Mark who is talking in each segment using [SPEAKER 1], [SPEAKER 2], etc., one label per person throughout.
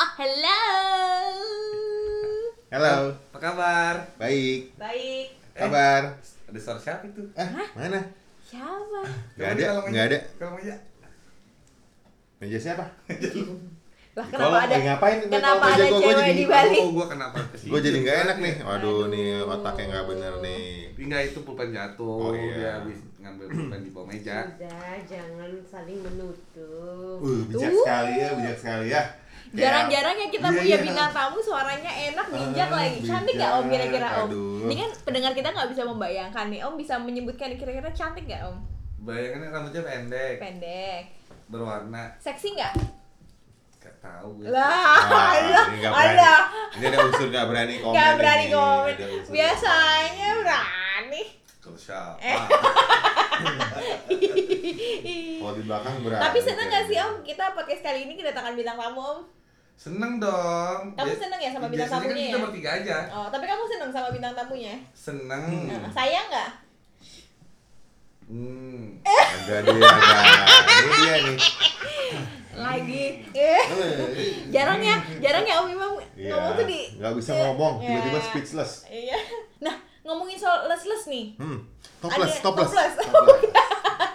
[SPEAKER 1] Ah, Hello.
[SPEAKER 2] Halo,
[SPEAKER 3] Apa kabar?
[SPEAKER 2] baik.
[SPEAKER 1] Baik.
[SPEAKER 2] Kabar?
[SPEAKER 3] Ada suara siapa itu?
[SPEAKER 2] Ah, mana?
[SPEAKER 1] Siapa?
[SPEAKER 2] Nggak
[SPEAKER 3] Coba
[SPEAKER 2] ada,
[SPEAKER 3] di kolong
[SPEAKER 2] nggak
[SPEAKER 3] aja.
[SPEAKER 2] ada.
[SPEAKER 3] Kolong aja.
[SPEAKER 2] Meja siapa?
[SPEAKER 1] Lah
[SPEAKER 2] Di
[SPEAKER 1] kenapa
[SPEAKER 2] kolong.
[SPEAKER 1] ada
[SPEAKER 2] Eh, ngapain? Gua
[SPEAKER 1] kenapa
[SPEAKER 2] kalau
[SPEAKER 1] ada
[SPEAKER 2] jago, gua
[SPEAKER 1] cewek
[SPEAKER 2] jadi-
[SPEAKER 1] di balik?
[SPEAKER 3] Oh, gua kenapa kesini?
[SPEAKER 2] Gue jadi nggak enak nih. Waduh,
[SPEAKER 1] Aduh.
[SPEAKER 2] nih otaknya nggak bener nih.
[SPEAKER 3] Enggak itu pulpen jatuh.
[SPEAKER 2] Oh, iya.
[SPEAKER 3] Dia habis ngambil pulpen di bawah meja.
[SPEAKER 4] Sudah, jangan saling
[SPEAKER 1] Gitu.
[SPEAKER 4] menutup.
[SPEAKER 2] Uh, bijak
[SPEAKER 1] Uh.
[SPEAKER 2] sekali ya, bijak sekali ya. Kayak-
[SPEAKER 1] Jarang-jarang ya kita
[SPEAKER 2] Iya,
[SPEAKER 1] punya
[SPEAKER 2] iya.
[SPEAKER 1] bintang tamu suaranya enak, bijak
[SPEAKER 2] Ah,
[SPEAKER 1] lagi. Cantik nggak Om
[SPEAKER 2] bijak.
[SPEAKER 1] kira-kira Om?
[SPEAKER 2] Aduh.
[SPEAKER 1] Ini kan pendengar kita nggak bisa membayangkan nih. Om bisa menyebutkan kira-kira cantik nggak Om?
[SPEAKER 3] Bayangannya rambutnya pendek,
[SPEAKER 1] Pendek.
[SPEAKER 3] berwarna.
[SPEAKER 1] Seksi nggak?
[SPEAKER 3] Gak tahu gue.
[SPEAKER 1] Lah, Allah,
[SPEAKER 2] Wah, ini Ah, nggak berani.
[SPEAKER 1] Allah.
[SPEAKER 2] Ini ada unsur nggak berani komen.
[SPEAKER 1] Gak berani
[SPEAKER 2] ini.
[SPEAKER 1] komen.
[SPEAKER 2] Ada unsur.
[SPEAKER 1] Biasanya berani.
[SPEAKER 3] Kalau siapa?
[SPEAKER 1] Eh.
[SPEAKER 2] Kalau di belakang berani.
[SPEAKER 1] Tapi seneng gak sih Om kita podcast kali ini kedatangan bintang tamu Om?
[SPEAKER 3] Seneng dong.
[SPEAKER 1] Kamu
[SPEAKER 3] Dia-
[SPEAKER 1] seneng ya sama
[SPEAKER 3] biasanya
[SPEAKER 1] bintang tamunya
[SPEAKER 3] kan
[SPEAKER 1] ya?
[SPEAKER 3] kita bertiga aja.
[SPEAKER 1] Oh, tapi kamu seneng sama bintang tamunya?
[SPEAKER 3] Seneng.
[SPEAKER 2] Iya.
[SPEAKER 1] Nah, sayang nggak?
[SPEAKER 3] Hmm.
[SPEAKER 1] Eh.
[SPEAKER 2] Ada dia, ada. Ini dia nih.
[SPEAKER 1] Lagi. Eh. jarang ya jarang ya om Imam
[SPEAKER 2] Iya,
[SPEAKER 1] ngomong tuh di
[SPEAKER 2] nggak bisa
[SPEAKER 1] Iya.
[SPEAKER 2] ngomong, tiba-tiba
[SPEAKER 1] Iya.
[SPEAKER 2] speechless.
[SPEAKER 1] iya nah ngomongin soal les les nih
[SPEAKER 2] Hmm, topless,
[SPEAKER 1] Ada-
[SPEAKER 2] topless,
[SPEAKER 1] topless. Oh, iya.
[SPEAKER 2] topless.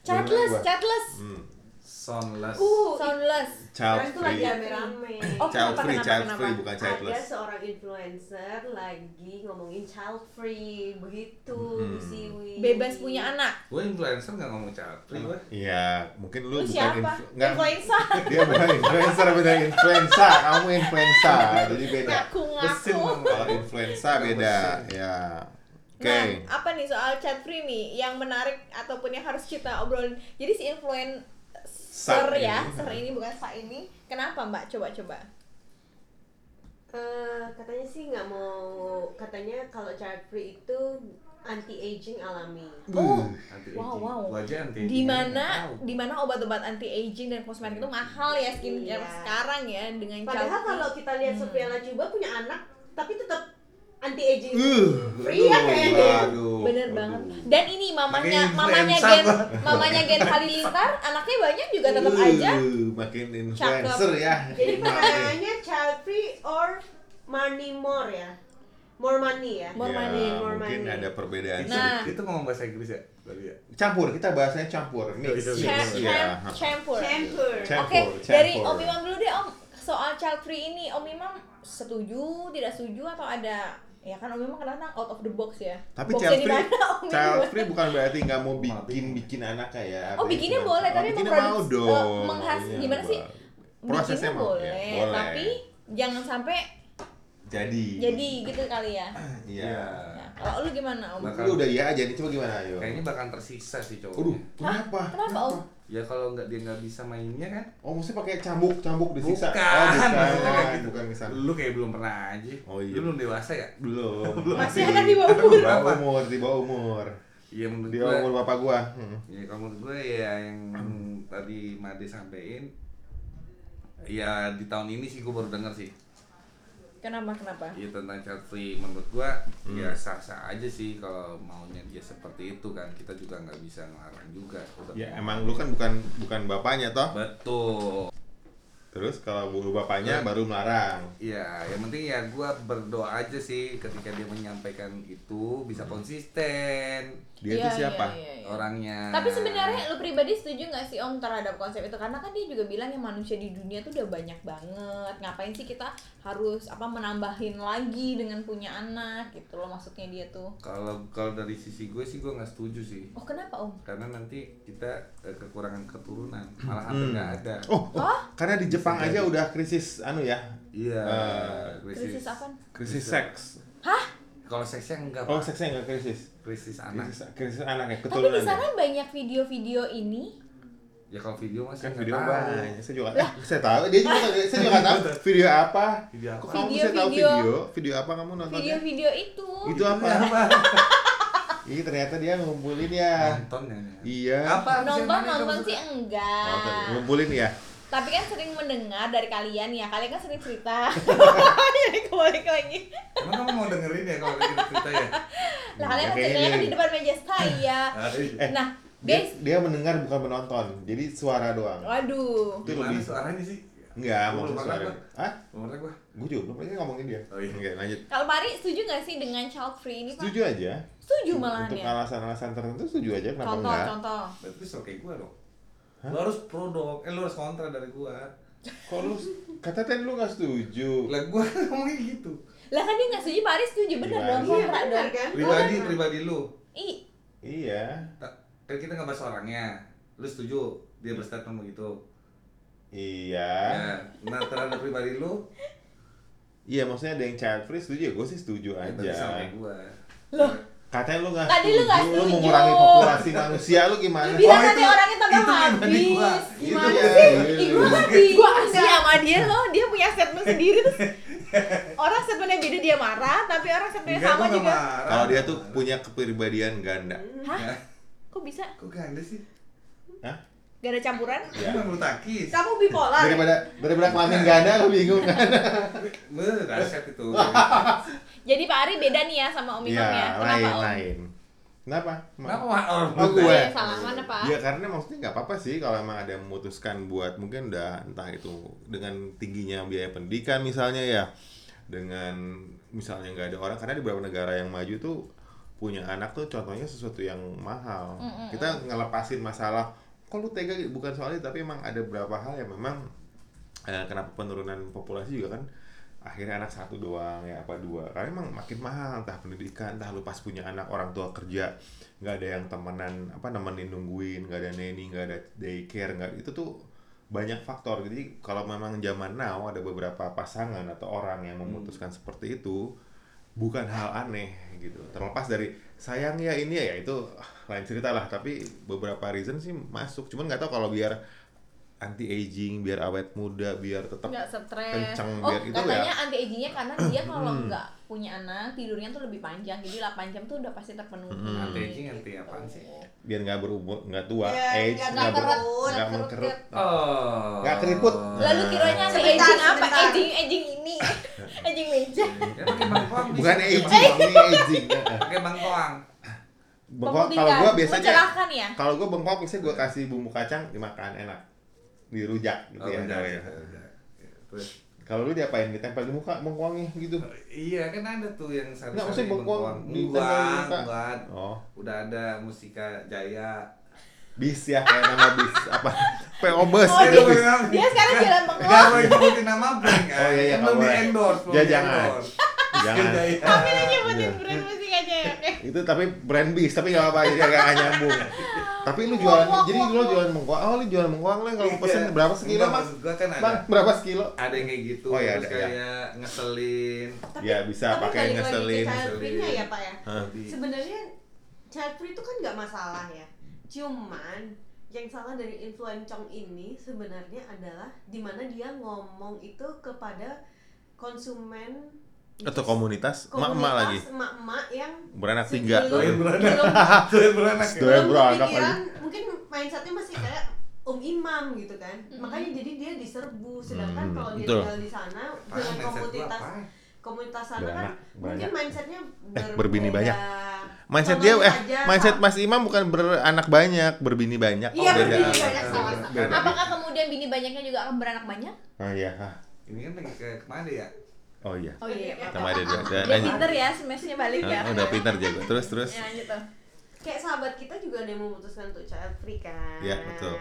[SPEAKER 1] chatless
[SPEAKER 2] Beneran gua.
[SPEAKER 1] chatless
[SPEAKER 2] Hmm,
[SPEAKER 3] Soundless.
[SPEAKER 1] uh soundless
[SPEAKER 2] Child
[SPEAKER 1] Sekarang tuh
[SPEAKER 2] free.
[SPEAKER 1] lagi rame
[SPEAKER 4] Rame.
[SPEAKER 1] Oh,
[SPEAKER 2] Child
[SPEAKER 1] kenapa,
[SPEAKER 2] free,
[SPEAKER 1] kenapa, kenapa?
[SPEAKER 2] child
[SPEAKER 1] Ah,
[SPEAKER 2] free, bukan
[SPEAKER 4] Ada
[SPEAKER 2] childless.
[SPEAKER 4] seorang influencer lagi ngomongin child free begitu
[SPEAKER 2] Hmm.
[SPEAKER 4] Bu Siwi.
[SPEAKER 1] bebas punya anak
[SPEAKER 3] Gue influencer gak ngomong capri gue.
[SPEAKER 2] Iya, mungkin lu,
[SPEAKER 1] lu
[SPEAKER 2] bukan
[SPEAKER 1] siapa
[SPEAKER 2] influ- nggak,
[SPEAKER 1] influenza
[SPEAKER 2] dia bukan influencer, bener influenza. Kamu influenza, jadi beda.
[SPEAKER 1] ngaku
[SPEAKER 3] Pesin
[SPEAKER 1] ngaku
[SPEAKER 2] Kalau influenza beda, ya. Oke.
[SPEAKER 1] Nah, apa nih soal chat free nih yang menarik ataupun yang harus kita obrolin? Jadi si influencer
[SPEAKER 2] Sa ini.
[SPEAKER 1] ya, ser ini bukan sa ini. Kenapa Mbak? Coba coba.
[SPEAKER 4] Eh, katanya sih nggak mau katanya kalau child free itu anti aging alami.
[SPEAKER 1] Oh,
[SPEAKER 3] Anti
[SPEAKER 1] Wow, wow.
[SPEAKER 3] Gue aja anti
[SPEAKER 2] Iya,
[SPEAKER 1] di mana di mana obat-obat anti aging dan kosmetik
[SPEAKER 2] Iya,
[SPEAKER 1] itu mahal ya skincare
[SPEAKER 4] Iya.
[SPEAKER 1] sekarang ya dengan
[SPEAKER 4] Padahal
[SPEAKER 1] child free.
[SPEAKER 4] kalau kita lihat
[SPEAKER 1] Hmm.
[SPEAKER 4] Sofiana Cuba punya anak tapi tetap anti aging.
[SPEAKER 2] Uh,
[SPEAKER 4] Free ya kayaknya.
[SPEAKER 2] Aduh,
[SPEAKER 1] bener
[SPEAKER 2] Oh, aduh.
[SPEAKER 1] banget dan ini mamanya
[SPEAKER 3] Makanya
[SPEAKER 1] mamanya
[SPEAKER 3] influencer
[SPEAKER 1] gen
[SPEAKER 3] lah.
[SPEAKER 1] mamanya gen halilintar anaknya banyak juga tetap
[SPEAKER 2] Uh,
[SPEAKER 1] Ya, aja
[SPEAKER 2] makin influencer ya.
[SPEAKER 4] Jadi
[SPEAKER 2] Maaf nih.
[SPEAKER 4] pertanyaannya child free or money more ya? More money ya?
[SPEAKER 1] More
[SPEAKER 2] Ya,
[SPEAKER 1] money,
[SPEAKER 4] more
[SPEAKER 2] mungkin
[SPEAKER 4] money.
[SPEAKER 2] ada perbedaan
[SPEAKER 3] Itu,
[SPEAKER 1] Nah.
[SPEAKER 3] itu ngomong bahasa Inggris ya? Tadi ya?
[SPEAKER 2] Campur, kita bahasanya campur. Mix.
[SPEAKER 3] Iya,
[SPEAKER 1] Cam-
[SPEAKER 3] iya.
[SPEAKER 2] Ya.
[SPEAKER 1] cam- campur
[SPEAKER 4] Chamber.
[SPEAKER 2] Campur,
[SPEAKER 1] oke dari
[SPEAKER 2] campur.
[SPEAKER 1] om imam dulu deh om soal child free ini om imam setuju tidak setuju atau ada ya kan om imam kadang out of the box ya
[SPEAKER 2] Tapi
[SPEAKER 1] Boxnya
[SPEAKER 2] child
[SPEAKER 1] di
[SPEAKER 2] free,
[SPEAKER 1] mana, Oh, Om
[SPEAKER 2] child
[SPEAKER 1] Imam?
[SPEAKER 2] free bukan berarti nggak mau
[SPEAKER 3] Maaf,
[SPEAKER 2] bikin
[SPEAKER 3] Ibu.
[SPEAKER 2] bikin anaknya ya.
[SPEAKER 1] Oh, bikinnya
[SPEAKER 2] Cuma-
[SPEAKER 1] boleh,
[SPEAKER 2] oh,
[SPEAKER 1] tapi
[SPEAKER 2] bikinnya
[SPEAKER 1] memproduks-
[SPEAKER 2] mau
[SPEAKER 1] eh,
[SPEAKER 2] dong.
[SPEAKER 1] menghas-
[SPEAKER 2] Iya,
[SPEAKER 1] gimana sih?
[SPEAKER 2] boleh. Prosesnya
[SPEAKER 1] Bikinnya
[SPEAKER 2] mau
[SPEAKER 1] boleh,
[SPEAKER 2] ya, Iya.
[SPEAKER 1] tapi jangan sampai
[SPEAKER 2] jadi.
[SPEAKER 1] jadi gitu kali ya
[SPEAKER 2] Iya.
[SPEAKER 1] Nah, kalau lu gimana om
[SPEAKER 3] Bakal-
[SPEAKER 2] Lu udah iya aja nih, coba gimana ayo.
[SPEAKER 3] Kayaknya bakal tersiksa sih cowoknya.
[SPEAKER 2] Aduh, kenapa?
[SPEAKER 1] kenapa om
[SPEAKER 3] Ya kalau nggak dia nggak bisa mainnya kan?
[SPEAKER 2] Oh, maksudnya pakai cambuk-cambuk disiksa. Oh,
[SPEAKER 3] Bukan, maksudnya
[SPEAKER 2] bukan.
[SPEAKER 3] kayak gitu.
[SPEAKER 2] Bukan ke sana.
[SPEAKER 3] Lu kayak belum pernah aja.
[SPEAKER 2] Oh, iya.
[SPEAKER 3] Lu belum dewasa ya?
[SPEAKER 2] Belum.
[SPEAKER 1] masih akan di bawah umur
[SPEAKER 2] Di bawah umur, di bawah umur.
[SPEAKER 3] Iya menurut
[SPEAKER 2] Di
[SPEAKER 3] gue.
[SPEAKER 2] bawah umur bapak gua. Hmm.
[SPEAKER 3] Ya kalau menurut gue ya yang tadi Made sampein. Ya di tahun ini sih gue baru denger sih.
[SPEAKER 1] kenapa kenapa
[SPEAKER 3] Iya tentang child free menurut gua
[SPEAKER 2] Hmm.
[SPEAKER 3] ya sah-sah aja sih kalau maunya dia seperti itu kan kita juga nggak bisa ngelarang juga.
[SPEAKER 2] Ya emang lu kan bukan bukan bapaknya toh.
[SPEAKER 3] Betul.
[SPEAKER 2] Terus kalau lu bapaknya
[SPEAKER 3] Ya.
[SPEAKER 2] baru melarang.
[SPEAKER 3] Ya, yang penting ya gua berdoa aja sih ketika dia menyampaikan itu bisa
[SPEAKER 2] Hmm.
[SPEAKER 3] konsisten
[SPEAKER 1] Iya,
[SPEAKER 2] Dia itu siapa?
[SPEAKER 1] iya, iya, iya.
[SPEAKER 2] Nah.
[SPEAKER 3] orangnya.
[SPEAKER 1] Tapi sebenarnya lu pribadi setuju nggak sih Om terhadap konsep itu? Karena kan dia juga bilang yang manusia di dunia tuh udah banyak banget. Ngapain sih kita harus apa menambahin lagi dengan punya anak gitu loh maksudnya dia tuh.
[SPEAKER 3] kalau kalau dari sisi gue sih gue nggak setuju sih.
[SPEAKER 1] Oh kenapa Om?
[SPEAKER 3] Karena nanti kita eh, kekurangan keturunan, malah hampir
[SPEAKER 2] Hmm.
[SPEAKER 3] nggak ada.
[SPEAKER 2] Oh, oh, karena di Jepang aja udah krisis anu ya,
[SPEAKER 3] Iya.
[SPEAKER 2] Eh,
[SPEAKER 1] Krisis apa?
[SPEAKER 2] krisis seks.
[SPEAKER 3] Kalau seksnya enggak,
[SPEAKER 2] Oh,
[SPEAKER 3] Pak.
[SPEAKER 2] seksnya enggak krisis.
[SPEAKER 3] krisis anak.
[SPEAKER 2] Krisis, krisis anak
[SPEAKER 1] Tapi
[SPEAKER 2] ya,
[SPEAKER 1] di
[SPEAKER 2] keturunan.
[SPEAKER 1] sana
[SPEAKER 2] ya?
[SPEAKER 1] banyak video-video ini.
[SPEAKER 3] Ya kalau video masih
[SPEAKER 2] Kan
[SPEAKER 3] nggak
[SPEAKER 2] video
[SPEAKER 3] tahu.
[SPEAKER 1] Oh,
[SPEAKER 2] banyak, saya juga eh, saya tahu, dia juga saya juga nggak tahu video apa.
[SPEAKER 3] Video apa?
[SPEAKER 2] Kok kamu
[SPEAKER 1] Video,
[SPEAKER 2] bisa tahu
[SPEAKER 1] video.
[SPEAKER 2] video? Video apa kamu nontonnya?
[SPEAKER 1] Video-video itu.
[SPEAKER 2] Itu
[SPEAKER 3] Iya,
[SPEAKER 2] apa? Ih, ternyata dia ngumpulin ya.
[SPEAKER 3] Nonton ya.
[SPEAKER 2] Iya.
[SPEAKER 3] Apa?
[SPEAKER 1] Nonton
[SPEAKER 3] Yang mana
[SPEAKER 1] nonton
[SPEAKER 3] kamu
[SPEAKER 1] sih
[SPEAKER 3] suka?
[SPEAKER 2] Nonton,
[SPEAKER 1] enggak.
[SPEAKER 2] Ngumpulin ya.
[SPEAKER 1] Tapi kan sering mendengar dari kalian ya. Kalian kan sering cerita. Jadi kebalik lagi.
[SPEAKER 3] Emang kamu mau dengerin ya kalau kita cerita
[SPEAKER 2] Eh,
[SPEAKER 3] ya?
[SPEAKER 1] Lah kalian kan
[SPEAKER 2] Kayak
[SPEAKER 1] ceritanya kan
[SPEAKER 2] ini.
[SPEAKER 1] di depan meja saya.
[SPEAKER 2] Eh,
[SPEAKER 1] Nah,
[SPEAKER 2] Dia,
[SPEAKER 1] guys,
[SPEAKER 2] dia mendengar bukan menonton, jadi suara doang.
[SPEAKER 1] waduh.
[SPEAKER 2] Itu
[SPEAKER 3] Gimana
[SPEAKER 2] lebih
[SPEAKER 3] suaranya sih?
[SPEAKER 2] Enggak,
[SPEAKER 3] Lu
[SPEAKER 2] maksud
[SPEAKER 3] belum makan
[SPEAKER 2] suara.
[SPEAKER 3] apa?
[SPEAKER 2] Hah?
[SPEAKER 3] Menurut gua
[SPEAKER 2] Gue juga belum, ini ngomongin dia.
[SPEAKER 3] Oh, iya.
[SPEAKER 2] Oke, lanjut.
[SPEAKER 1] Kalau Pari setuju nggak sih dengan child free ini? Pak?
[SPEAKER 2] Setuju aja.
[SPEAKER 1] Setuju malahan
[SPEAKER 2] Iya, Untuk
[SPEAKER 1] ya.
[SPEAKER 2] alasan-alasan tertentu setuju aja, kenapa
[SPEAKER 1] Contoh,
[SPEAKER 2] enggak?
[SPEAKER 1] contoh.
[SPEAKER 3] berarti lu suka kayak gua dong lu harus pro dong eh lu harus kontra dari gua
[SPEAKER 2] Kok lu, kata tadi lu gak setuju.
[SPEAKER 3] lah gua ngomongnya gitu
[SPEAKER 1] Lah kan dia nggak setuju, Pari setuju bener
[SPEAKER 2] Gimana
[SPEAKER 1] dong
[SPEAKER 2] sih?
[SPEAKER 1] kontra
[SPEAKER 4] Iya, bener
[SPEAKER 1] dong.
[SPEAKER 4] kan?
[SPEAKER 3] pribadi pribadi lu
[SPEAKER 1] I,
[SPEAKER 2] Iya,
[SPEAKER 3] Ta- kan kita nggak bahas orangnya lu setuju dia berstatement begitu
[SPEAKER 2] iya.
[SPEAKER 3] nah, nah terhadap pribadi lu
[SPEAKER 2] Iya, maksudnya ada yang child free setuju ya, gue sih setuju
[SPEAKER 3] ya
[SPEAKER 2] aja.
[SPEAKER 3] berarti sama kayak gua
[SPEAKER 1] Loh.
[SPEAKER 2] Katanya lu gak
[SPEAKER 1] Tadi lu nggak
[SPEAKER 2] lu
[SPEAKER 1] setuju.
[SPEAKER 2] mengurangi populasi manusia, lu gimana?
[SPEAKER 1] lu bilang
[SPEAKER 3] Oh,
[SPEAKER 1] nanti
[SPEAKER 3] itu-
[SPEAKER 1] orangnya tambah
[SPEAKER 3] itu pribadi
[SPEAKER 1] habis.
[SPEAKER 3] gua. Itu
[SPEAKER 1] Gimana
[SPEAKER 2] ya.
[SPEAKER 1] sih?
[SPEAKER 2] Iya,
[SPEAKER 1] Ih,
[SPEAKER 2] iya,
[SPEAKER 1] gua
[SPEAKER 2] iya.
[SPEAKER 1] habis. Gua kasih sama dia loh, dia punya statement sendiri terus orang statementnya beda dia marah, tapi orang statementnya
[SPEAKER 3] Enggak,
[SPEAKER 1] sama
[SPEAKER 3] gua nggak
[SPEAKER 1] juga.
[SPEAKER 3] marah.
[SPEAKER 2] Kalau dia tuh punya kepribadian ganda.
[SPEAKER 1] Hah?
[SPEAKER 3] Ya.
[SPEAKER 1] Kok bisa?
[SPEAKER 3] kok ganda sih
[SPEAKER 2] Hah?
[SPEAKER 1] Gak ada campuran?
[SPEAKER 2] Ya.
[SPEAKER 3] Gua bulu tangkis
[SPEAKER 1] Kamu bipolar. ya?
[SPEAKER 2] Daripada daripada kelamin ganda lu bingung kan?
[SPEAKER 3] Beuh, dahsyat itu
[SPEAKER 1] Jadi Pak Ari beda nih ya sama Om Imam ya.
[SPEAKER 2] Iya,
[SPEAKER 1] Kenapa Om?
[SPEAKER 2] lain-lain. Kenapa?
[SPEAKER 3] kenapa Mak? orang
[SPEAKER 2] Oh,
[SPEAKER 3] bulu
[SPEAKER 2] gue.
[SPEAKER 1] Iya, salah mana Pak?
[SPEAKER 2] Ya karena maksudnya nggak apa-apa sih kalau emang ada yang memutuskan buat mungkin udah entah itu dengan tingginya biaya pendidikan misalnya ya dengan misalnya nggak ada orang karena di beberapa negara yang maju tuh punya anak tuh contohnya sesuatu yang mahal kita ngelepasin masalah kok lu tega gitu?" bukan soalnya tapi emang ada beberapa hal yang memang eh, kenapa penurunan populasi juga kan akhirnya anak satu doang ya apa dua karena emang makin mahal entah pendidikan entah lu pas punya anak orang tua kerja nggak ada yang temenan apa nemenin nungguin nggak ada nanny nggak ada daycare nggak itu tuh banyak faktor jadi kalau memang zaman now ada beberapa pasangan atau orang yang memutuskan seperti itu bukan hal aneh gitu terlepas dari sayang ya ini ya itu ah, lain cerita lah tapi beberapa reason sih masuk cuman nggak tahu kalau biar anti aging biar awet muda biar tetap
[SPEAKER 1] nggak stres
[SPEAKER 2] kenceng
[SPEAKER 1] oh
[SPEAKER 2] biar itu
[SPEAKER 1] katanya
[SPEAKER 2] ya
[SPEAKER 1] anti agingnya karena dia kalau nggak punya anak tidurnya tuh lebih panjang jadi 8 jam tuh udah pasti terpenuhi
[SPEAKER 2] Hmm.
[SPEAKER 1] Gitu.
[SPEAKER 3] Anti-aging anti apaan sih?
[SPEAKER 2] biar nggak berumur nggak tua
[SPEAKER 4] Ya,
[SPEAKER 2] age
[SPEAKER 4] nggak
[SPEAKER 2] nggak ber-
[SPEAKER 4] kerut,
[SPEAKER 2] nggak
[SPEAKER 1] nggak
[SPEAKER 2] mengkerut
[SPEAKER 1] kerut.
[SPEAKER 3] oh
[SPEAKER 2] Nggak keriput.
[SPEAKER 1] lalu kiranya anti
[SPEAKER 4] Sebentar,
[SPEAKER 1] aging apa
[SPEAKER 4] sebentar.
[SPEAKER 1] aging aging ini aging meja
[SPEAKER 3] Ya, pakai bangkoang bisa.
[SPEAKER 2] bukan
[SPEAKER 3] Pakai
[SPEAKER 2] aging ini aging
[SPEAKER 3] bangkoang. pakai bangkoang
[SPEAKER 2] bengkok kalau gua
[SPEAKER 4] kan,
[SPEAKER 2] biasanya
[SPEAKER 1] kan? mencerahkan ya
[SPEAKER 2] kalau gua bengkok biasanya gua kasih bumbu kacang dimakan enak dirujak gitu
[SPEAKER 3] oh,
[SPEAKER 2] ya,
[SPEAKER 3] udah,
[SPEAKER 2] namanya.
[SPEAKER 3] udah, udah. Ya, terus.
[SPEAKER 2] kalau lu diapain ditempel di muka bengkoangnya gitu
[SPEAKER 3] Iya kan ada tuh yang satu
[SPEAKER 2] Nggak, maksudnya bengkoang ditempel di
[SPEAKER 3] Bukan,
[SPEAKER 2] muka.
[SPEAKER 3] bukan
[SPEAKER 2] oh
[SPEAKER 3] Udah ada Musika Jaya
[SPEAKER 2] bis ya kayak nama bis apa PO bus
[SPEAKER 1] Oh,
[SPEAKER 2] gitu
[SPEAKER 1] iya.
[SPEAKER 2] bis
[SPEAKER 1] dia sekarang jalan
[SPEAKER 3] Gak
[SPEAKER 1] bengkok
[SPEAKER 3] boleh nyebutin nama brand kan
[SPEAKER 2] Oh, iya, iya,
[SPEAKER 3] Kan
[SPEAKER 2] nggak
[SPEAKER 3] belum
[SPEAKER 2] boleh.
[SPEAKER 3] di-endorse belum
[SPEAKER 2] Ya,
[SPEAKER 3] di-endorse.
[SPEAKER 2] jangan
[SPEAKER 3] Jaya.
[SPEAKER 1] kami aja nyebutin
[SPEAKER 2] Iya.
[SPEAKER 1] brand musik aja ya oke
[SPEAKER 2] itu tapi brand bis tapi nggak apa-apa jadi agak nggak nyambung tapi lu jualan
[SPEAKER 1] Wah, wah,
[SPEAKER 2] jadi
[SPEAKER 1] wah,
[SPEAKER 2] lu
[SPEAKER 1] wah.
[SPEAKER 2] jualan mengkoang oh lu jualan mengkoang lah kalau
[SPEAKER 3] Iya.
[SPEAKER 2] pesen berapa sekilo
[SPEAKER 3] Nggak,
[SPEAKER 2] mas
[SPEAKER 3] maksud gua kan ada
[SPEAKER 2] bang berapa sekilo
[SPEAKER 3] Ada yang kayak gitu
[SPEAKER 2] Oh, iya,
[SPEAKER 3] Terus
[SPEAKER 2] ada, iya.
[SPEAKER 3] kayak ngeselin
[SPEAKER 2] ya bisa pakai ngeselin
[SPEAKER 4] Child free-nya ya Pak ya.
[SPEAKER 2] Hah.
[SPEAKER 3] Lebih-
[SPEAKER 4] Sebenarnya child free itu kan nggak masalah ya. Cuman yang salah dari influencong ini sebenarnya adalah dimana dia ngomong itu kepada konsumen
[SPEAKER 2] atau komunitas emak-emak
[SPEAKER 4] komunitas
[SPEAKER 2] lagi
[SPEAKER 4] emak-emak yang
[SPEAKER 2] beranak
[SPEAKER 4] sebelum-
[SPEAKER 2] tiga
[SPEAKER 3] Doyan beranak.
[SPEAKER 4] belum
[SPEAKER 2] Ah.
[SPEAKER 3] Doyan beranak ya?
[SPEAKER 2] Doyan
[SPEAKER 4] belum
[SPEAKER 2] beranak
[SPEAKER 4] kepikiran, mungkin mindsetnya masih kayak om imam gitu kan
[SPEAKER 1] Mm.
[SPEAKER 4] makanya jadi dia diserbu sedangkan
[SPEAKER 2] Mm,
[SPEAKER 4] kalau dia
[SPEAKER 2] betul.
[SPEAKER 4] tinggal di sana
[SPEAKER 3] Apaan
[SPEAKER 4] dengan
[SPEAKER 3] mindset gua,
[SPEAKER 4] komunitas
[SPEAKER 3] apaan?
[SPEAKER 4] komunitas sana kan
[SPEAKER 2] Beranak,
[SPEAKER 4] mungkin
[SPEAKER 2] beranak.
[SPEAKER 4] mindsetnya
[SPEAKER 2] Eh,
[SPEAKER 4] berbeda.
[SPEAKER 2] berbini banyak. mindset dia
[SPEAKER 4] Contohnya
[SPEAKER 2] eh
[SPEAKER 4] aja,
[SPEAKER 2] mindset
[SPEAKER 4] Pak.
[SPEAKER 2] Mas Imam bukan beranak banyak berbini banyak Oh,
[SPEAKER 4] Iya,
[SPEAKER 2] beda.
[SPEAKER 4] berbini banyak, sama.
[SPEAKER 2] Beda.
[SPEAKER 1] apakah kemudian bini banyaknya juga akan beranak banyak
[SPEAKER 2] oh iya ah.
[SPEAKER 3] Ini kan lagi ke kemana ya?
[SPEAKER 2] oh iya
[SPEAKER 1] oh iya
[SPEAKER 4] Iya,
[SPEAKER 2] sama ada dua ada
[SPEAKER 1] dia pinter ya smashnya balik ya
[SPEAKER 2] Ah, udah pintar jago terus terus
[SPEAKER 4] Iya.
[SPEAKER 1] ya lanjut tuh
[SPEAKER 4] kayak sahabat kita juga ada yang memutuskan untuk child free kan
[SPEAKER 2] Iya, betul.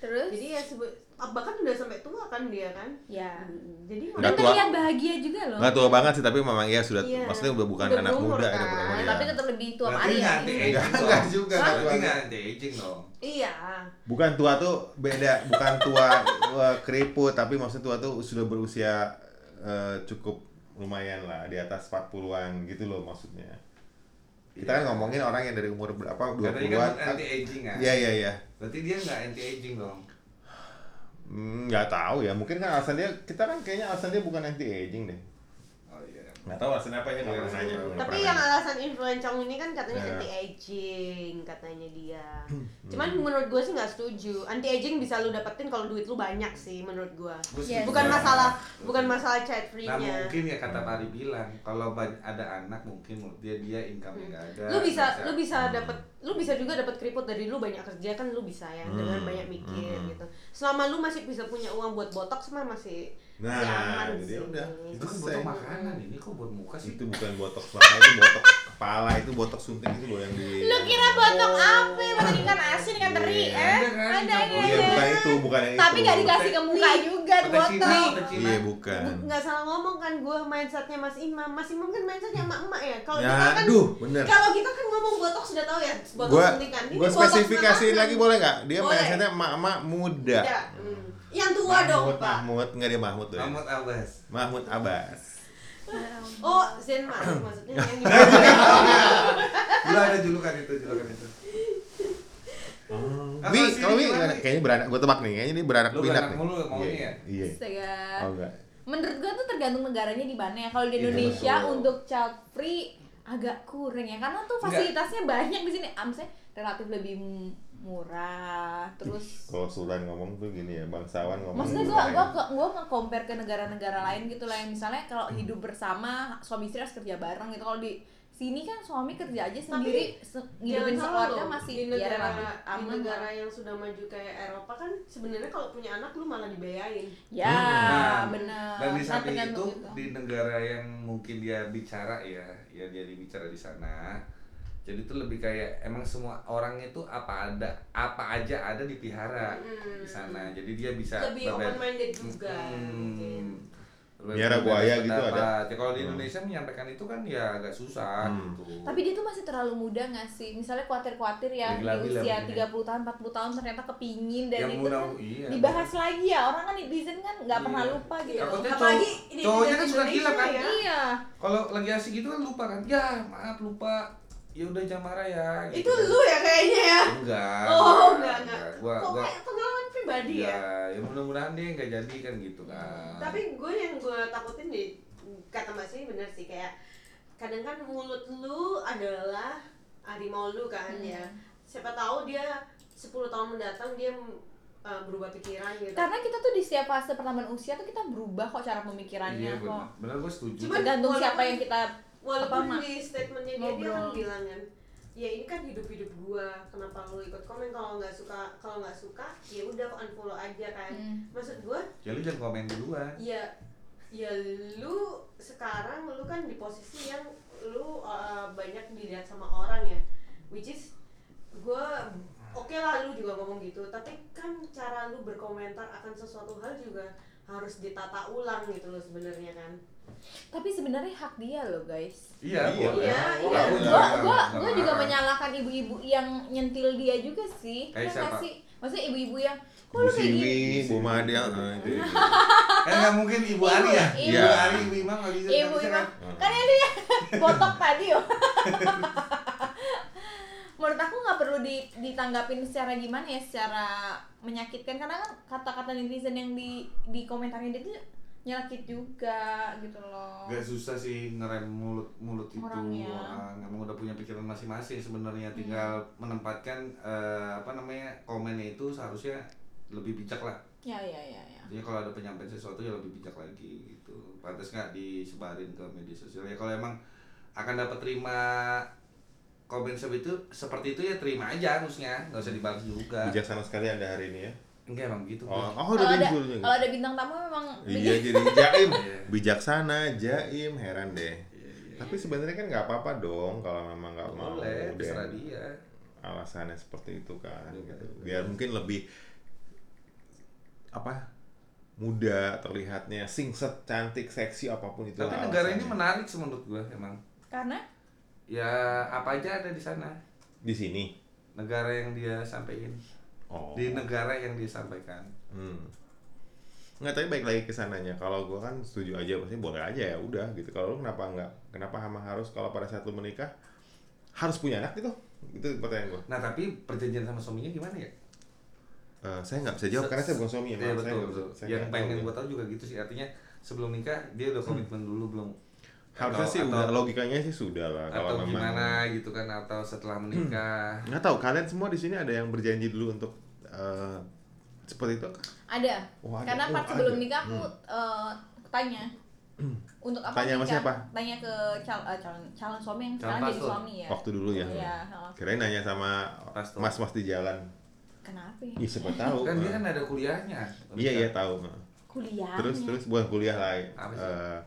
[SPEAKER 1] terus
[SPEAKER 4] jadi ya sebe- bahkan udah sampai tua kan dia kan
[SPEAKER 1] ya
[SPEAKER 4] jadi
[SPEAKER 2] Nggak
[SPEAKER 1] Tapi
[SPEAKER 2] tua.
[SPEAKER 1] terlihat bahagia juga loh
[SPEAKER 2] nggak tua banget sih tapi memang iya sudah
[SPEAKER 4] Iya.
[SPEAKER 2] maksudnya udah bukan
[SPEAKER 4] Udah
[SPEAKER 2] anak
[SPEAKER 4] berumur,
[SPEAKER 2] muda
[SPEAKER 4] kan?
[SPEAKER 2] udah berumur ya.
[SPEAKER 1] tapi tetap lebih tua Pak
[SPEAKER 3] Berarti
[SPEAKER 1] Ari
[SPEAKER 3] nggak
[SPEAKER 1] ya
[SPEAKER 3] anti-aging
[SPEAKER 2] Enggak,
[SPEAKER 3] dong.
[SPEAKER 2] enggak juga, enggak
[SPEAKER 3] Berarti
[SPEAKER 2] juga.
[SPEAKER 3] nggak anti-aging dong
[SPEAKER 4] iya
[SPEAKER 2] Bukan tua tuh beda, bukan tua eh, keriput, tapi maksudnya tua tuh sudah berusia eh, cukup lumayan lah, di atas 40-an gitu loh maksudnya. Kita kan ngomongin orang yang dari umur berapa,
[SPEAKER 3] Katanya
[SPEAKER 2] 20-an.
[SPEAKER 3] kan anti-aging kan?
[SPEAKER 2] Iya, iya, iya.
[SPEAKER 3] Berarti dia nggak anti-aging dong
[SPEAKER 2] Hmm, Nggak tahu ya, mungkin kan alasan dia, kita kan kayaknya alasan dia bukan anti-aging deh.
[SPEAKER 3] Oh iya,
[SPEAKER 2] nggak tahu alasan apa ya nggak pernah nanya nggak
[SPEAKER 4] Tapi
[SPEAKER 2] pernah
[SPEAKER 4] yang
[SPEAKER 2] nanya.
[SPEAKER 4] alasan influencong ini kan katanya
[SPEAKER 2] Ya.
[SPEAKER 4] anti aging katanya dia.
[SPEAKER 2] Hmm.
[SPEAKER 4] Cuman menurut gue sih nggak setuju. Anti aging bisa lu dapetin kalau duit lu banyak sih menurut gue.
[SPEAKER 3] Gua
[SPEAKER 1] Yes.
[SPEAKER 3] setuju.
[SPEAKER 4] Bukan
[SPEAKER 1] Iya.
[SPEAKER 4] masalah bukan masalah chat
[SPEAKER 3] Nah
[SPEAKER 4] free-nya.
[SPEAKER 3] mungkin ya kata Pari bilang kalau ban- ada anak mungkin menurut dia dia income nggak ada.
[SPEAKER 4] Hmm. lu bisa
[SPEAKER 3] nggak
[SPEAKER 4] lu bisa dapat lu bisa juga dapat keriput dari lu banyak kerja kan lu bisa ya dengan
[SPEAKER 2] Hmm,
[SPEAKER 4] banyak mikir
[SPEAKER 2] hmm.
[SPEAKER 4] gitu selama lu masih bisa punya uang buat botox mah masih
[SPEAKER 2] Nah,
[SPEAKER 4] nyaman
[SPEAKER 2] itu dia
[SPEAKER 4] sih.
[SPEAKER 2] udah.
[SPEAKER 3] Itu kan butuh makanan ini kok buat muka sih.
[SPEAKER 2] itu bukan botok kepala itu botok kepala itu botok suntik itu loh yang di Oh
[SPEAKER 1] Lu kira botok apa? Makan ikan asin, ikan teri,
[SPEAKER 2] Iya.
[SPEAKER 1] eh?
[SPEAKER 3] Ada kan,
[SPEAKER 1] Ada, ada,
[SPEAKER 2] iya
[SPEAKER 1] ada.
[SPEAKER 2] bukan itu bukan yang
[SPEAKER 1] Tapi
[SPEAKER 2] itu
[SPEAKER 1] gak dikasih ke muka
[SPEAKER 4] Iya.
[SPEAKER 1] juga tuh
[SPEAKER 3] Petai Cina,
[SPEAKER 1] botok.
[SPEAKER 3] petai Cina.
[SPEAKER 2] iya bukan
[SPEAKER 4] Bu- nggak salah ngomong kan gue mindsetnya mas imam mas imam kan mindsetnya emak emak ya kalau
[SPEAKER 2] ya
[SPEAKER 4] kita kan
[SPEAKER 2] aduh bener
[SPEAKER 4] kalau kita kan ngomong botox sudah tahu ya botox
[SPEAKER 2] gua
[SPEAKER 4] suntikan Ini
[SPEAKER 2] gua
[SPEAKER 4] botox
[SPEAKER 2] spesifikasiin
[SPEAKER 4] makanan.
[SPEAKER 2] lagi boleh nggak dia
[SPEAKER 4] Boleh.
[SPEAKER 2] mindsetnya emak-emak muda
[SPEAKER 4] Tidak. Hmm. yang tua dong
[SPEAKER 2] Mahmud
[SPEAKER 4] pak
[SPEAKER 2] Mahmud nggak dia Mahmud tuh ya.
[SPEAKER 3] Mahmud Abbas.
[SPEAKER 2] Mahmud Abbas
[SPEAKER 4] oh zen mas maksudnya yang di-
[SPEAKER 3] Lu ada julukan itu, julukan itu. Apa
[SPEAKER 2] Wi
[SPEAKER 3] sih,
[SPEAKER 2] kalau
[SPEAKER 3] ini
[SPEAKER 2] Wi
[SPEAKER 3] gimana,
[SPEAKER 2] gimana?
[SPEAKER 3] Wi?
[SPEAKER 2] kayaknya beranak gua tebak nih kayaknya ini beranak
[SPEAKER 3] Lu
[SPEAKER 2] pinak
[SPEAKER 3] beranak
[SPEAKER 2] nih
[SPEAKER 3] mulu, mau
[SPEAKER 2] Iya,
[SPEAKER 3] ini ya?
[SPEAKER 2] iya
[SPEAKER 1] Astaga.
[SPEAKER 2] oh enggak
[SPEAKER 1] kan? Menurut gua tuh tergantung negaranya di mana ya. Kalau di
[SPEAKER 3] Iya,
[SPEAKER 1] Indonesia
[SPEAKER 3] betul.
[SPEAKER 1] untuk child free agak kurang ya karena tuh
[SPEAKER 3] Enggak.
[SPEAKER 1] fasilitasnya banyak di sini. Ah, Maksudnya relatif lebih mu- murah. Terus
[SPEAKER 2] kalau Sulan ngomong tuh gini ya bangsawan ngomong ya.
[SPEAKER 1] Maksudnya
[SPEAKER 2] tuh
[SPEAKER 1] gua
[SPEAKER 2] kayak-
[SPEAKER 1] gua gua- gua nge-compare ke negara-negara lain gitu lah yang misalnya kalau
[SPEAKER 3] Hmm.
[SPEAKER 1] hidup bersama suami istri harus kerja bareng gitu. Kalau di sini kan suami kerja aja sendiri, se
[SPEAKER 4] Jangan
[SPEAKER 1] ngidupin
[SPEAKER 4] salah
[SPEAKER 1] sekeluarga
[SPEAKER 4] loh, di
[SPEAKER 1] masih ya
[SPEAKER 4] negara,
[SPEAKER 1] relatif
[SPEAKER 4] di
[SPEAKER 1] aman.
[SPEAKER 4] negara
[SPEAKER 1] lah.
[SPEAKER 4] yang sudah maju kayak Eropa kan sebenarnya kalau punya anak lu malah dibayarin
[SPEAKER 1] Ya,
[SPEAKER 3] Nah,
[SPEAKER 4] Eh,
[SPEAKER 1] benar.
[SPEAKER 3] Dan di
[SPEAKER 1] Nah,
[SPEAKER 3] samping itu
[SPEAKER 1] tergantung
[SPEAKER 4] gitu.
[SPEAKER 3] di negara yang mungkin dia bicara ya, ya dia bicara di sana. Jadi itu lebih kayak emang semua orang itu apa ada, apa aja ada dipihara
[SPEAKER 4] Hmm.
[SPEAKER 3] di sana. Jadi dia bisa
[SPEAKER 4] lebih
[SPEAKER 3] berbe-
[SPEAKER 4] open minded juga gitu ya. mungkin.
[SPEAKER 3] Ya, Hmm. Berbe-
[SPEAKER 2] Biara buaya
[SPEAKER 3] berbeda
[SPEAKER 2] gitu ada.
[SPEAKER 3] pendapat. Ya, kalau di
[SPEAKER 2] Hmm.
[SPEAKER 3] Indonesia menyampaikan itu kan ya agak susah
[SPEAKER 2] Hmm.
[SPEAKER 3] gitu.
[SPEAKER 1] Tapi dia tuh masih terlalu muda gak sih? Misalnya khawatir-khawatir ya
[SPEAKER 3] Lagi-lagi
[SPEAKER 1] di usia
[SPEAKER 3] lah,
[SPEAKER 1] 30 tahun, 40 tahun ternyata kepingin dan
[SPEAKER 3] Yang
[SPEAKER 1] itu
[SPEAKER 3] muda-
[SPEAKER 1] kan
[SPEAKER 3] iya.
[SPEAKER 1] dibahas lagi ya. Orang kan netizen kan nggak pernah
[SPEAKER 3] Iya.
[SPEAKER 1] lupa gitu.
[SPEAKER 3] Takutnya
[SPEAKER 4] ya, Apalagi
[SPEAKER 3] cowok-
[SPEAKER 4] ini
[SPEAKER 3] cowoknya
[SPEAKER 4] di
[SPEAKER 3] kan suka
[SPEAKER 4] Indonesia
[SPEAKER 3] gila kan?
[SPEAKER 4] ya.
[SPEAKER 1] Iya.
[SPEAKER 3] Kalau lagi asik gitu kan lupa kan? Ya, maaf lupa. Ya udah jangan marah ya.
[SPEAKER 4] itu
[SPEAKER 3] kan.
[SPEAKER 4] lu ya kayaknya ya
[SPEAKER 3] Enggak.
[SPEAKER 4] oh enggak enggak
[SPEAKER 3] Gua
[SPEAKER 4] kok
[SPEAKER 3] gua
[SPEAKER 4] kayak pengalaman pribadi
[SPEAKER 3] ya,
[SPEAKER 4] ya,
[SPEAKER 3] ya mudah-mudahan dia nggak jadi kan gitu kan.
[SPEAKER 4] tapi gue yang gue takutin di kata mas ini benar sih kayak kadang kan mulut lu adalah harimau lu kan
[SPEAKER 1] Hmm.
[SPEAKER 4] ya siapa tahu dia 10 tahun mendatang dia uh, berubah pikiran gitu
[SPEAKER 1] Karena kita tuh di setiap fase pertambahan usia tuh kita berubah kok cara
[SPEAKER 3] iya
[SPEAKER 1] pemikirannya
[SPEAKER 3] benar.
[SPEAKER 1] kok.
[SPEAKER 3] Benar gua setuju.
[SPEAKER 4] Cuman-
[SPEAKER 1] Tergantung
[SPEAKER 4] Walaupun-
[SPEAKER 1] siapa yang kita
[SPEAKER 4] walaupun
[SPEAKER 1] Apa, Mak?
[SPEAKER 4] di statementnya dia dia kan
[SPEAKER 1] Ngobrol.
[SPEAKER 4] bilang kan ya ini kan hidup hidup gua kenapa lu ikut komen kalau nggak suka kalau nggak suka ya udah unfollow aja kan
[SPEAKER 1] Hmm.
[SPEAKER 4] maksud gua
[SPEAKER 3] ya lu jangan komen duluan.
[SPEAKER 4] ya ya lu sekarang lu kan di posisi yang lu uh, banyak dilihat sama orang ya which is gua oke lah lu juga ngomong gitu tapi kan cara lu berkomentar akan sesuatu hal juga harus ditata ulang gitu loh sebenarnya kan
[SPEAKER 1] Tapi sebenarnya hak dia loh guys.
[SPEAKER 3] Iya,
[SPEAKER 2] Iya,
[SPEAKER 3] boleh.
[SPEAKER 4] iya,
[SPEAKER 2] iya.
[SPEAKER 3] Boleh, boleh.
[SPEAKER 1] Gua
[SPEAKER 3] Nggak-
[SPEAKER 1] gua
[SPEAKER 3] nggak
[SPEAKER 1] gua juga
[SPEAKER 3] marah.
[SPEAKER 1] menyalahkan ibu-ibu yang nyentil dia juga sih.
[SPEAKER 3] Kayak
[SPEAKER 1] Kayak
[SPEAKER 3] Eh, siapa?
[SPEAKER 1] sih? Maksudnya ibu-ibu yang kok
[SPEAKER 2] Bu
[SPEAKER 1] lu kayak gini?
[SPEAKER 2] Siwi, Bu Madel, nah, itu.
[SPEAKER 3] Kan nggak mungkin Ibu Ari ya?
[SPEAKER 1] Ibu-
[SPEAKER 3] Ibu
[SPEAKER 2] Iya.
[SPEAKER 3] Ari, Ibu Imam nggak bisa. nggak
[SPEAKER 1] Ibu
[SPEAKER 3] bisa
[SPEAKER 1] Ima,
[SPEAKER 3] kan?
[SPEAKER 1] kan ini ya botok tadi yo. Menurut aku nggak perlu di- ditanggapin secara gimana ya, secara menyakitkan karena kan kata-kata netizen yang di di komentarnya dia tuh nyelakit juga gitu loh.
[SPEAKER 3] Gak susah sih ngerem mulut mulut itu
[SPEAKER 1] Orang ya. Iya.
[SPEAKER 3] orang emang udah punya pikiran masing-masing sebenarnya tinggal menempatkan eh, apa namanya komennya itu seharusnya lebih bijak lah
[SPEAKER 1] Ya ya ya ya.
[SPEAKER 3] Jadi kalau ada penyampaian sesuatu ya lebih bijak lagi gitu. Pantas nggak disebarin ke media sosial. Ya kalau emang akan dapat terima komen seperti itu, seperti itu ya terima aja harusnya, nggak usah dibalas juga.
[SPEAKER 2] bijaksana sekali anda hari ini ya
[SPEAKER 3] Enggak emang
[SPEAKER 2] oh,
[SPEAKER 3] gitu. Bud.
[SPEAKER 2] oh
[SPEAKER 1] Kalau
[SPEAKER 2] udah
[SPEAKER 1] ada
[SPEAKER 2] muncul juga.
[SPEAKER 1] kalau ada bintang tamu memang
[SPEAKER 2] iya
[SPEAKER 1] begini.
[SPEAKER 2] jadi jaim
[SPEAKER 3] Iya.
[SPEAKER 2] bijaksana jaim heran deh
[SPEAKER 3] Iya, iya.
[SPEAKER 2] tapi sebenarnya kan nggak apa-apa dong kalau memang nggak mau dan
[SPEAKER 3] Boleh, terserah dia.
[SPEAKER 2] alasannya seperti itu kan
[SPEAKER 3] Iya,
[SPEAKER 2] gitu.
[SPEAKER 3] betul.
[SPEAKER 2] biar mungkin lebih apa muda terlihatnya singset cantik seksi apapun itu
[SPEAKER 3] Tapi
[SPEAKER 2] lah
[SPEAKER 3] negara ini
[SPEAKER 2] alasannya.
[SPEAKER 3] menarik sih menurut gua emang.
[SPEAKER 1] Karena
[SPEAKER 3] Ya apa aja ada di sana.
[SPEAKER 2] di sini
[SPEAKER 3] Negara yang dia sampaikan.
[SPEAKER 2] oh
[SPEAKER 3] Di negara yang dia sampaikan.
[SPEAKER 2] Hmm. Nggak, tapi baik lagi ke sananya. Kalau gua kan setuju aja, pasti boleh aja ya udah gitu. Kalau lu kenapa nggak? Kenapa sama harus kalau pada saat lu menikah harus punya anak gitu? Itu pertanyaan gua.
[SPEAKER 3] Nah tapi perjanjian sama suaminya gimana ya?
[SPEAKER 2] Eh, saya nggak bisa jawab karena saya bukan suami ya.
[SPEAKER 3] Iya
[SPEAKER 2] maaf, saya
[SPEAKER 3] betul,
[SPEAKER 2] nggak bisa-
[SPEAKER 3] betul.
[SPEAKER 2] saya
[SPEAKER 3] Yang
[SPEAKER 2] nggak tahu Hmm.
[SPEAKER 3] pengen
[SPEAKER 2] gitu.
[SPEAKER 3] gue tahu juga gitu sih. Artinya sebelum nikah dia udah komitmen dulu belum
[SPEAKER 2] harusnya
[SPEAKER 3] Atau-
[SPEAKER 2] sih
[SPEAKER 3] atau-
[SPEAKER 2] udah logikanya sih sudah lah kalau
[SPEAKER 3] atau
[SPEAKER 2] memang
[SPEAKER 3] gimana gitu kan atau setelah menikah
[SPEAKER 2] nggak tahu kalian semua di sini ada yang berjanji dulu untuk eh, seperti itu
[SPEAKER 1] Ada.
[SPEAKER 2] Wah, ada.
[SPEAKER 1] Karena
[SPEAKER 2] Oh,
[SPEAKER 1] pas sebelum
[SPEAKER 2] ada. Hmm.
[SPEAKER 1] nikah aku eh, tanya untuk apa
[SPEAKER 2] Tanya sama
[SPEAKER 1] nikah?
[SPEAKER 2] siapa?
[SPEAKER 1] Tanya ke cal- eh, calon calon suami yang
[SPEAKER 3] Calon
[SPEAKER 1] sekarang jadi
[SPEAKER 3] pasul.
[SPEAKER 1] suami ya.
[SPEAKER 2] waktu dulu ya
[SPEAKER 1] Iya. oh.
[SPEAKER 2] kirain nanya sama
[SPEAKER 3] Pas tuh.
[SPEAKER 2] mas-mas di jalan
[SPEAKER 1] Kenapa? ya?
[SPEAKER 2] Ih, siapa tahu
[SPEAKER 3] kan dia
[SPEAKER 2] eh.
[SPEAKER 3] kan ada kuliahnya
[SPEAKER 2] iya iya tahu eh.
[SPEAKER 1] Kuliah.
[SPEAKER 2] terus terus buat kuliah lah
[SPEAKER 3] Apa sih?
[SPEAKER 2] eh,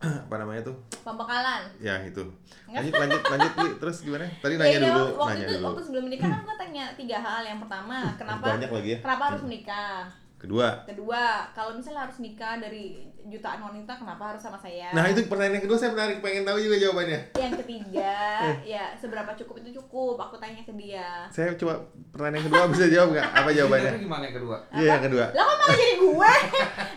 [SPEAKER 2] apa namanya tuh
[SPEAKER 1] Pembekalan.
[SPEAKER 2] ya itu lanjut lanjut lanjut Li. terus gimana tadi
[SPEAKER 1] Ya,
[SPEAKER 2] nanya
[SPEAKER 1] iya,
[SPEAKER 2] dulu
[SPEAKER 1] waktu
[SPEAKER 2] nanya
[SPEAKER 1] itu
[SPEAKER 2] dulu
[SPEAKER 1] waktu sebelum menikah kan gue tanya tiga hal yang pertama kenapa
[SPEAKER 2] banyak lagi ya
[SPEAKER 1] kenapa harus menikah
[SPEAKER 2] kedua
[SPEAKER 1] kedua kalau misalnya harus nikah dari jutaan wanita kenapa harus sama saya
[SPEAKER 2] nah itu pertanyaan yang kedua saya menarik pengen tahu juga jawabannya
[SPEAKER 1] yang
[SPEAKER 2] Eh.
[SPEAKER 1] ketiga ya seberapa cukup itu cukup aku tanya ke dia
[SPEAKER 2] saya coba pertanyaan yang kedua bisa jawab nggak apa jawabannya
[SPEAKER 3] Tapi gimana yang kedua
[SPEAKER 2] iya yang kedua
[SPEAKER 1] lah kok malah jadi gue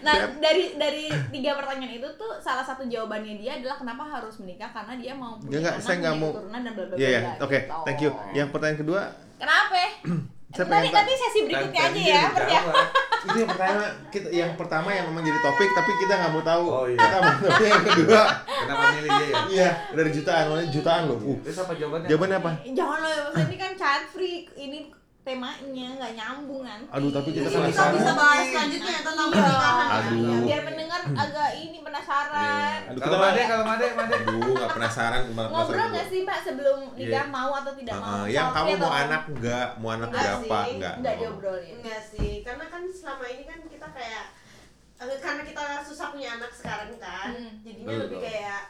[SPEAKER 1] nah dari dari tiga pertanyaan itu tuh salah satu jawabannya dia adalah kenapa harus menikah karena dia mau punya
[SPEAKER 2] Nggak, nggak,
[SPEAKER 1] anak
[SPEAKER 2] saya nggak
[SPEAKER 1] punya
[SPEAKER 2] mau-
[SPEAKER 1] keturunan dan bla bla bla
[SPEAKER 2] Iya ya,
[SPEAKER 1] gitu.
[SPEAKER 2] oke, thank you. Iya. Yang pertanyaan kedua,
[SPEAKER 1] kenapa
[SPEAKER 2] Saya
[SPEAKER 1] nanti,
[SPEAKER 2] pengen ta-
[SPEAKER 1] nanti sesi berikutnya
[SPEAKER 3] Tadi-
[SPEAKER 1] aja
[SPEAKER 3] tadi
[SPEAKER 1] ya
[SPEAKER 3] dia
[SPEAKER 1] berarti
[SPEAKER 3] udah jawab.
[SPEAKER 2] itu yang pertama, kita, yang pertama yang memang jadi topik, tapi kita nggak mau tahu.
[SPEAKER 3] Oh, iya.
[SPEAKER 2] Kita mau tahu yang kedua.
[SPEAKER 3] kenapa milih dia ya
[SPEAKER 2] Iya, dari jutaan, awalnya jutaan loh. Uh,
[SPEAKER 3] terus apa jawabannya
[SPEAKER 2] jawabannya apa?
[SPEAKER 1] Jangan loh, maksudnya ini kan child free. Ini temanya nggak nyambung kan?
[SPEAKER 2] Aduh, tapi kita
[SPEAKER 4] Jadi kita
[SPEAKER 2] penasaran.
[SPEAKER 4] bisa bahas selanjutnya tentang
[SPEAKER 1] Iya.
[SPEAKER 4] pernikahan ya.
[SPEAKER 2] Aduh. Iya.
[SPEAKER 1] biar pendengar agak ini penasaran.
[SPEAKER 2] Aduh,
[SPEAKER 3] kalau
[SPEAKER 2] kita-
[SPEAKER 3] made kalau made made
[SPEAKER 2] Aduh, nggak penasaran, cuma
[SPEAKER 1] Ngobrol nggak sih mbak sebelum nikah
[SPEAKER 3] Iya.
[SPEAKER 1] mau atau tidak mau?
[SPEAKER 2] Heeh, yang
[SPEAKER 1] Soal
[SPEAKER 2] kamu
[SPEAKER 1] dia
[SPEAKER 2] mau
[SPEAKER 1] atau-
[SPEAKER 2] anak nggak, mau anak
[SPEAKER 4] Nggak
[SPEAKER 2] berapa
[SPEAKER 4] sih,
[SPEAKER 2] nggak?
[SPEAKER 1] Nggak
[SPEAKER 2] Oh.
[SPEAKER 1] diobrolin.
[SPEAKER 4] Enggak sih, karena kan selama ini kan kita kayak eh, karena kita susah punya anak sekarang kan,
[SPEAKER 1] Hmm.
[SPEAKER 4] jadinya
[SPEAKER 3] Betul,
[SPEAKER 4] lebih
[SPEAKER 3] betul.
[SPEAKER 4] kayak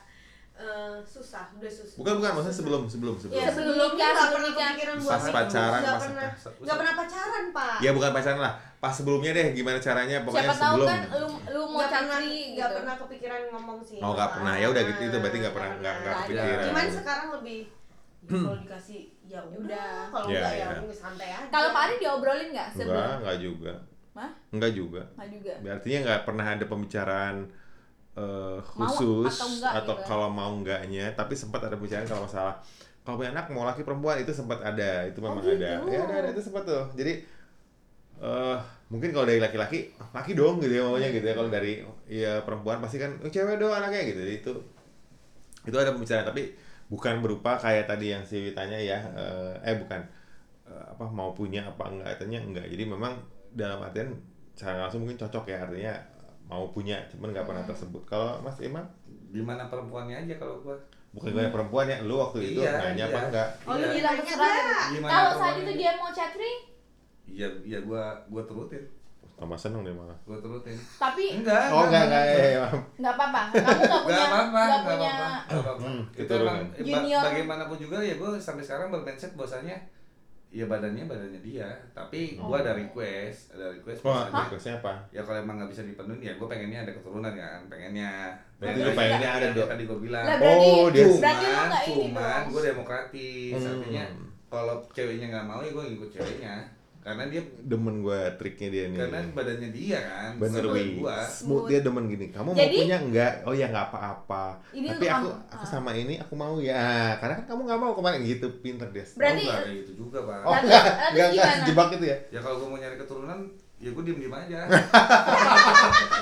[SPEAKER 4] eh, susah, udah susah.
[SPEAKER 2] Bukan bukan, maksudnya sebelum
[SPEAKER 4] Susah.
[SPEAKER 2] sebelum
[SPEAKER 1] Iya.
[SPEAKER 2] sebelum.
[SPEAKER 4] Ya,
[SPEAKER 1] Sebelum
[SPEAKER 4] sebelum nikah
[SPEAKER 1] nikah,
[SPEAKER 4] nggak pernah
[SPEAKER 1] sebelum nikah.
[SPEAKER 4] kepikiran
[SPEAKER 2] Pas
[SPEAKER 4] buat
[SPEAKER 2] pacaran,
[SPEAKER 4] nggak
[SPEAKER 2] pas-
[SPEAKER 4] pernah
[SPEAKER 3] pas- pas-
[SPEAKER 4] nggak pernah pacaran pak.
[SPEAKER 2] Ya bukan pacaran lah, pas sebelumnya deh, gimana caranya? Pokoknya
[SPEAKER 1] Siapa tahu
[SPEAKER 2] sebelum.
[SPEAKER 1] kan lu lu mau
[SPEAKER 4] nggak
[SPEAKER 1] child
[SPEAKER 4] pernah
[SPEAKER 1] free
[SPEAKER 4] nggak
[SPEAKER 1] gitu.
[SPEAKER 4] pernah kepikiran ngomong sih.
[SPEAKER 2] Oh nggak
[SPEAKER 4] Pak.
[SPEAKER 2] pernah, ya udah gitu itu berarti nggak pernah nggak nggak
[SPEAKER 1] Nggak ada.
[SPEAKER 2] kepikiran. Hmm.
[SPEAKER 4] Cuman sekarang lebih ya, kalau dikasih ya udah, kalau
[SPEAKER 2] Ya,
[SPEAKER 4] enggak ya,
[SPEAKER 2] ya.
[SPEAKER 4] mungkin santai aja.
[SPEAKER 1] Hmm. Kalau Pak Ari diobrolin nggak
[SPEAKER 2] Enggak,
[SPEAKER 1] sebelum?
[SPEAKER 2] enggak juga.
[SPEAKER 1] Hah?
[SPEAKER 2] Enggak juga.
[SPEAKER 1] Nggak juga.
[SPEAKER 2] Artinya nggak pernah ada pembicaraan eh, khusus
[SPEAKER 1] atau enggak gitu ya?
[SPEAKER 2] kalau mau enggaknya, tapi sempat ada pembicaraan kalau masalah kalau punya anak mau laki perempuan itu sempat ada, itu memang
[SPEAKER 1] gitu.
[SPEAKER 2] ada. Ya ada, ada itu sempat tuh. Jadi eh mungkin kalau dari laki-laki laki dong gitu ya maunya gitu ya kalau dari ya perempuan pasti kan "Oh, cewek dong anaknya gitu jadi itu itu ada pembicaraan tapi bukan berupa kayak tadi yang si tanya ya eh, eh bukan eh, apa mau punya apa enggak katanya enggak jadi memang dalam artian secara langsung mungkin cocok ya artinya mau punya cuman nggak pernah tersebut kalau mas Imam
[SPEAKER 3] gimana perempuannya aja kalau gua
[SPEAKER 2] bukan gue perempuan ya lu waktu itu
[SPEAKER 3] Iya,
[SPEAKER 2] nanya
[SPEAKER 3] iya.
[SPEAKER 2] apa enggak
[SPEAKER 1] Oh lu
[SPEAKER 3] Iya.
[SPEAKER 1] bilang
[SPEAKER 4] Nanya
[SPEAKER 1] terserah.
[SPEAKER 4] nggak?
[SPEAKER 1] gitu.
[SPEAKER 3] Gimana
[SPEAKER 1] Kalau saat
[SPEAKER 3] perempuannya?
[SPEAKER 1] itu dia mau child free,
[SPEAKER 3] iya iya gua gua turutin
[SPEAKER 2] tambah seneng deh malah
[SPEAKER 3] gua turutin
[SPEAKER 1] tapi
[SPEAKER 3] Ah, enggak
[SPEAKER 2] oh enggak enggak ya, ya, maaf.
[SPEAKER 1] nggak apa-apa. Kamu nggak punya
[SPEAKER 3] Gak apa-apa,
[SPEAKER 1] nggak
[SPEAKER 3] gak
[SPEAKER 1] punya
[SPEAKER 3] apa-apa, gak apa-apa.
[SPEAKER 2] Hmm,
[SPEAKER 3] Itu
[SPEAKER 2] keturunan.
[SPEAKER 3] emang ba-
[SPEAKER 1] Junior.
[SPEAKER 3] bagaimanapun juga ya gue sampai sekarang bermindset bahwasannya ya badannya badannya dia, tapi gue ada request, ada request
[SPEAKER 2] oh
[SPEAKER 3] bahwasannya,
[SPEAKER 2] requestnya apa
[SPEAKER 3] ya kalau emang nggak bisa dipenuhin ya gue pengennya ada keturunan kan, pengennya.
[SPEAKER 2] Berarti lu
[SPEAKER 3] Nah, tadi-
[SPEAKER 2] pengennya ada dong.
[SPEAKER 3] Tadi gue bilang.
[SPEAKER 1] Lah, berarti
[SPEAKER 2] oh dia
[SPEAKER 1] Tuh.
[SPEAKER 3] Cuman,
[SPEAKER 1] Berarti lu nggak ini
[SPEAKER 3] cuman
[SPEAKER 1] dong.
[SPEAKER 3] gue demokratis,
[SPEAKER 2] Hmm.
[SPEAKER 3] artinya kalau ceweknya nggak mau ya gue ngikut ceweknya, karena dia
[SPEAKER 2] demen gue triknya dia nih
[SPEAKER 3] karena badannya dia kan, bukan
[SPEAKER 2] Bener
[SPEAKER 3] badan
[SPEAKER 2] wi,
[SPEAKER 3] gua.
[SPEAKER 2] smooth dia demen gini. Kamu
[SPEAKER 1] Jadi-
[SPEAKER 2] mau punya enggak? Oh ya nggak apa-apa.
[SPEAKER 1] Ini
[SPEAKER 2] Tapi
[SPEAKER 1] untuk
[SPEAKER 2] aku
[SPEAKER 1] kamu.
[SPEAKER 2] aku
[SPEAKER 1] Ah.
[SPEAKER 2] sama ini aku mau ya. Karena kan kamu nggak mau kemarin gitu pinter dia.
[SPEAKER 1] Berarti-
[SPEAKER 3] Gua nggak kayak gitu juga pak.
[SPEAKER 2] oh
[SPEAKER 1] Lalu-
[SPEAKER 2] enggak,
[SPEAKER 1] lalu
[SPEAKER 2] enggak, enggak,
[SPEAKER 1] gimana?
[SPEAKER 2] jebak itu ya.
[SPEAKER 3] Ya kalau gue mau nyari keturunan, ya gue diem diem aja.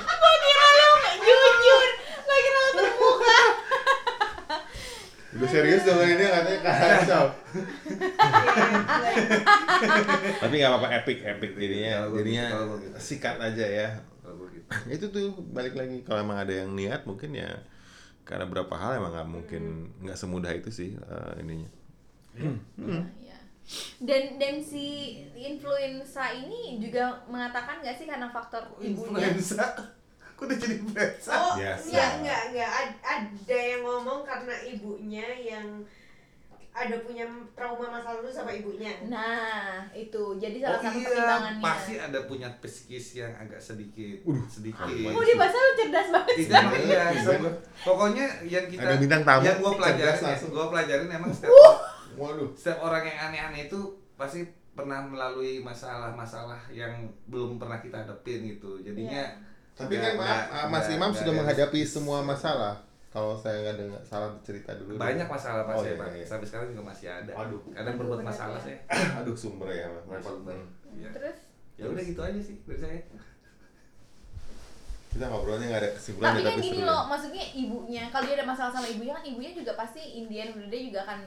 [SPEAKER 1] Gua kira lu jujur. Gua kira lu terbuka.
[SPEAKER 2] Udah serius dong ini katanya kacau.
[SPEAKER 4] Iya.
[SPEAKER 2] Tapi nggak apa-apa epic epic jadinya.
[SPEAKER 3] Kalau gua
[SPEAKER 2] Jadinya
[SPEAKER 3] gitu, kalau gua gitu.
[SPEAKER 2] sikat aja ya.
[SPEAKER 3] kalau gue gitu.
[SPEAKER 2] Itu tuh balik lagi kalau emang ada yang niat mungkin ya karena berapa hal emang nggak mungkin
[SPEAKER 1] Hmm.
[SPEAKER 2] nggak semudah itu sih eh, ininya.
[SPEAKER 3] Hmm.
[SPEAKER 1] Iya. Dan dan si influenza ini juga mengatakan nggak sih karena faktor Oh, ibunya?
[SPEAKER 3] Influenza. Kok udah jadi influenza?
[SPEAKER 4] Oh,
[SPEAKER 2] Biasa.
[SPEAKER 4] enggak, enggak, enggak. Ad- ada yang ngomong karena ibunya yang ada punya trauma masa lalu sama ibunya.
[SPEAKER 1] Nah, itu. Jadi
[SPEAKER 3] Oh
[SPEAKER 1] salah satu
[SPEAKER 3] iya,
[SPEAKER 1] pertimbangannya.
[SPEAKER 3] pasti ada punya psikis yang agak sedikit, sedikit.
[SPEAKER 2] ampun.
[SPEAKER 1] Oh, dia bahasa lu cerdas banget.
[SPEAKER 3] Itu emang iya. Gua- Pokoknya yang kita,
[SPEAKER 2] Ada bintang tamu.
[SPEAKER 3] yang gue pelajarin,
[SPEAKER 2] Cerdas langsung.
[SPEAKER 3] gue pelajarin emang setiap,
[SPEAKER 2] Waduh.
[SPEAKER 3] setiap orang yang aneh-aneh itu pasti pernah melalui masalah-masalah yang belum pernah kita hadapin gitu. Jadinya
[SPEAKER 2] Tapi
[SPEAKER 3] nggak-
[SPEAKER 2] kan Pak,
[SPEAKER 3] nggak-
[SPEAKER 2] ah, Mas
[SPEAKER 3] nggak-
[SPEAKER 2] Imam
[SPEAKER 3] nggak ya.
[SPEAKER 2] sudah
[SPEAKER 3] ada-
[SPEAKER 2] menghadapi semua masalah. Kalau saya nggak dengar salah cerita dulu.
[SPEAKER 3] banyak
[SPEAKER 2] Oh,
[SPEAKER 3] masalah pasti
[SPEAKER 2] iya,
[SPEAKER 3] pak
[SPEAKER 2] iya.
[SPEAKER 3] sampai sekarang juga masih ada
[SPEAKER 2] Waduh.
[SPEAKER 3] kadang
[SPEAKER 1] Aduh,
[SPEAKER 3] berbuat
[SPEAKER 1] benar
[SPEAKER 3] masalah
[SPEAKER 1] ya.
[SPEAKER 3] sih
[SPEAKER 2] Aduh sumber ya, Mas.
[SPEAKER 3] Sumber. Iya.
[SPEAKER 1] Terus
[SPEAKER 3] ya udah gitu aja sih dari saya
[SPEAKER 2] kita ngobrolnya nggak ada kesimpulan
[SPEAKER 1] tapi
[SPEAKER 2] ya,
[SPEAKER 1] kan
[SPEAKER 2] seru
[SPEAKER 1] gini
[SPEAKER 2] ya.
[SPEAKER 1] loh maksudnya ibunya kalau dia ada masalah sama ibunya kan ibunya juga pasti Indian udah dia juga akan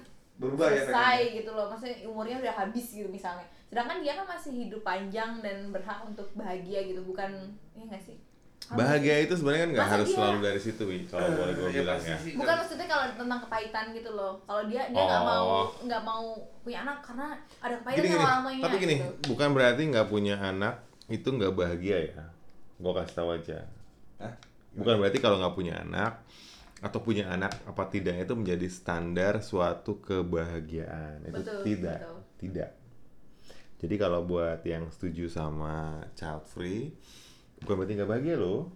[SPEAKER 2] berubah ya
[SPEAKER 1] selesai
[SPEAKER 2] pengennya.
[SPEAKER 1] gitu loh maksudnya umurnya udah habis gitu misalnya sedangkan dia kan masih hidup panjang dan berhak untuk bahagia gitu bukan ya nggak sih Apa
[SPEAKER 2] bahagia
[SPEAKER 1] sih?
[SPEAKER 2] itu sebenarnya kan nggak
[SPEAKER 1] Masa
[SPEAKER 2] harus
[SPEAKER 1] dia-
[SPEAKER 2] selalu dari situ Wi, kalau boleh gue bilang
[SPEAKER 3] pasti
[SPEAKER 2] ya
[SPEAKER 3] sih,
[SPEAKER 1] bukan
[SPEAKER 3] kan.
[SPEAKER 1] maksudnya kalau tentang kepahitan gitu loh kalau dia dia nggak mau
[SPEAKER 2] Oh.
[SPEAKER 1] nggak mau punya anak karena ada kepahitan
[SPEAKER 2] gini,
[SPEAKER 1] sama
[SPEAKER 2] gini.
[SPEAKER 1] orang tuanya
[SPEAKER 2] tapi gini
[SPEAKER 1] gitu.
[SPEAKER 2] bukan berarti nggak punya anak itu nggak bahagia ya gue kasih tahu aja
[SPEAKER 3] Hah?
[SPEAKER 2] bukan berarti kalau nggak punya anak atau punya anak apa tidak itu menjadi standar suatu kebahagiaan itu
[SPEAKER 1] Betul,
[SPEAKER 2] tidak
[SPEAKER 1] betul.
[SPEAKER 2] tidak jadi kalau buat yang setuju sama child free bukan berarti nggak bahagia loh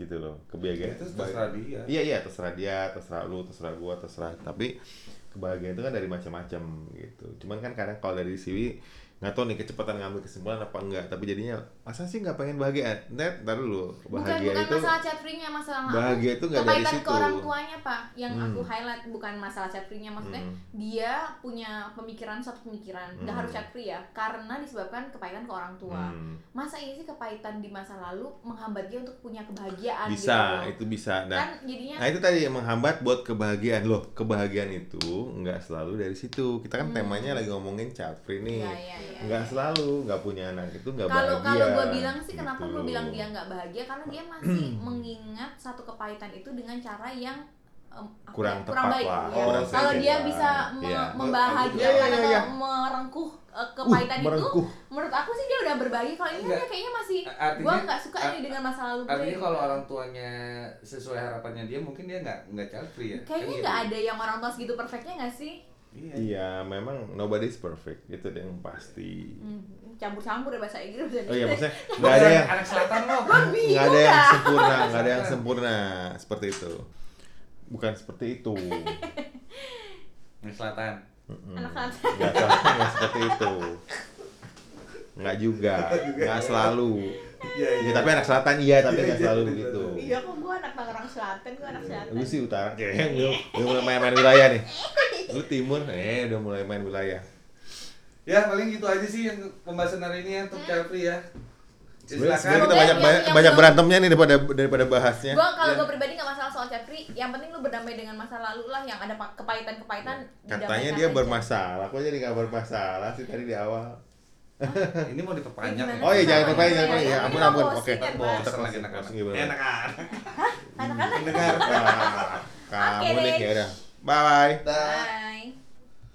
[SPEAKER 2] gitu loh kebahagiaan
[SPEAKER 3] Ya, itu terserah dia.
[SPEAKER 2] Iya iya terserah dia, terserah lu, terserah gua, terserah. Tapi kebahagiaan itu kan dari macam-macam gitu. Cuman kan kadang kalau dari sini nggak tahu nih kecepatan ngambil kesimpulan apa enggak. Tapi jadinya masa sih nggak pengen bahagia? Net, ntar dulu.
[SPEAKER 1] bukan
[SPEAKER 2] Bahagia
[SPEAKER 1] bukan
[SPEAKER 2] itu
[SPEAKER 1] masalah chat ringnya masalah
[SPEAKER 2] bahagia itu nggak dari
[SPEAKER 1] kepahitan
[SPEAKER 2] situ.
[SPEAKER 1] ke orang tuanya pak yang
[SPEAKER 2] Hmm.
[SPEAKER 1] aku highlight bukan masalah chat free-nya maksudnya
[SPEAKER 2] Hmm.
[SPEAKER 1] dia punya pemikiran satu pemikiran nggak
[SPEAKER 2] Hmm.
[SPEAKER 1] harus chat free ya karena disebabkan kepahitan ke orang tua
[SPEAKER 2] Hmm,
[SPEAKER 1] masa ini sih kepahitan di masa lalu menghambat dia untuk punya kebahagiaan gitu
[SPEAKER 2] bisa itu bisa.
[SPEAKER 1] kan
[SPEAKER 2] Nah,
[SPEAKER 1] jadinya
[SPEAKER 2] nah itu tadi yang menghambat buat kebahagiaan loh. Kebahagiaan itu nggak selalu dari situ. Kita
[SPEAKER 1] Hmm.
[SPEAKER 2] kan temanya lagi ngomongin child free nih.
[SPEAKER 1] ya, ya, ya.
[SPEAKER 2] Nggak selalu nggak punya anak itu nggak
[SPEAKER 1] kalau
[SPEAKER 2] bahagia.
[SPEAKER 1] kalau gue bilang sih kenapa
[SPEAKER 2] Gitu.
[SPEAKER 1] lu bilang dia nggak bahagia karena dia masih mengingat satu kepahitan itu dengan cara yang em, apa
[SPEAKER 2] Kurang
[SPEAKER 1] ya, kurang
[SPEAKER 2] tepat
[SPEAKER 1] baik ya.
[SPEAKER 2] lah,
[SPEAKER 3] kurang
[SPEAKER 1] kalau
[SPEAKER 3] sensitif
[SPEAKER 1] dia
[SPEAKER 2] lah.
[SPEAKER 1] bisa me-
[SPEAKER 2] Iya.
[SPEAKER 1] membahagiakan
[SPEAKER 2] Iya, iya, iya, iya.
[SPEAKER 1] atau merengkuh eh, kepahitan
[SPEAKER 2] Uh,
[SPEAKER 1] itu
[SPEAKER 2] merengkuh.
[SPEAKER 1] menurut aku sih dia udah berbagi kalau ini kan
[SPEAKER 3] Enggak.
[SPEAKER 1] dia kayaknya masih
[SPEAKER 3] A-
[SPEAKER 1] gue
[SPEAKER 3] Artinya,
[SPEAKER 1] nggak suka
[SPEAKER 3] a-
[SPEAKER 1] nih dengan masa lalu gue
[SPEAKER 3] artinya
[SPEAKER 1] gitu.
[SPEAKER 3] kalau orang tuanya sesuai harapannya dia mungkin dia nggak nggak child free ya. Kan
[SPEAKER 1] kayaknya
[SPEAKER 3] gitu.
[SPEAKER 1] nggak ada yang orang tua segitu perfectnya nggak sih
[SPEAKER 3] Iya.
[SPEAKER 2] Iya, memang nobody's perfect. Itu deh yang pasti.
[SPEAKER 1] Hmm, campur-campur ya bahasa Inggris dan
[SPEAKER 2] Oh iya, maksudnya nggak
[SPEAKER 3] Nggak
[SPEAKER 2] ada yang
[SPEAKER 3] anak selatan loh.
[SPEAKER 2] nggak ada yang
[SPEAKER 1] dah.
[SPEAKER 2] sempurna, nggak ada yang sempurna seperti itu. Bukan seperti itu.
[SPEAKER 3] Anak selatan.
[SPEAKER 2] Mm-mm.
[SPEAKER 1] Anak selatan.
[SPEAKER 2] Nggak sel- nggak seperti itu. Nggak juga, nggak selalu.
[SPEAKER 3] Iya
[SPEAKER 2] Ya, tapi anak selatan iya, tapi
[SPEAKER 3] Iya,
[SPEAKER 2] nggak
[SPEAKER 3] iya,
[SPEAKER 2] selalu
[SPEAKER 3] iya,
[SPEAKER 2] gitu.
[SPEAKER 1] iya kok gue anak Tangerang Selatan gue anak Selatan
[SPEAKER 2] Lu sih utara, kayaknya belum belum mulai main-main wilayah nih. Lu timur, eh udah mulai main wilayah.
[SPEAKER 3] Ya paling gitu aja sih yang pembahasan hari ini ya untuk child free ya. Ya,
[SPEAKER 2] Sebenarnya sebenarnya
[SPEAKER 3] Silakan.
[SPEAKER 2] kita
[SPEAKER 1] Yang-
[SPEAKER 2] banyak
[SPEAKER 1] yang-
[SPEAKER 2] banyak,
[SPEAKER 1] yang
[SPEAKER 2] banyak
[SPEAKER 1] belum-
[SPEAKER 2] berantemnya nih daripada daripada bahasnya.
[SPEAKER 1] Gua kalau
[SPEAKER 3] Ya.
[SPEAKER 1] gue pribadi nggak masalah soal chat free, yang penting lu berdamai dengan masa lalu lah yang ada pa- kepahitan-kepahitan.
[SPEAKER 2] Ya. Katanya
[SPEAKER 1] didamaikan
[SPEAKER 2] dia
[SPEAKER 1] aja.
[SPEAKER 2] bermasalah, kok jadi nggak bermasalah sih tadi di awal.
[SPEAKER 3] Ini mau diperpanjang.
[SPEAKER 1] Gimana?
[SPEAKER 2] Oh iya jangan
[SPEAKER 1] Iya,
[SPEAKER 2] terpain,
[SPEAKER 1] iya,
[SPEAKER 2] jangan terpain.
[SPEAKER 1] iya,
[SPEAKER 2] Ya ampun
[SPEAKER 1] iya,
[SPEAKER 2] ampun,
[SPEAKER 1] bosen,
[SPEAKER 2] oke.
[SPEAKER 1] kan, Bos.
[SPEAKER 3] Bosan lagi anak-anak.
[SPEAKER 2] Bosen gimana?
[SPEAKER 3] Enak-enak.
[SPEAKER 1] Anak-anak.
[SPEAKER 2] Dengar. Wah, Kamu
[SPEAKER 1] Oke,
[SPEAKER 2] nih
[SPEAKER 1] deh.
[SPEAKER 2] ya udah. Bye bye.
[SPEAKER 1] Bye.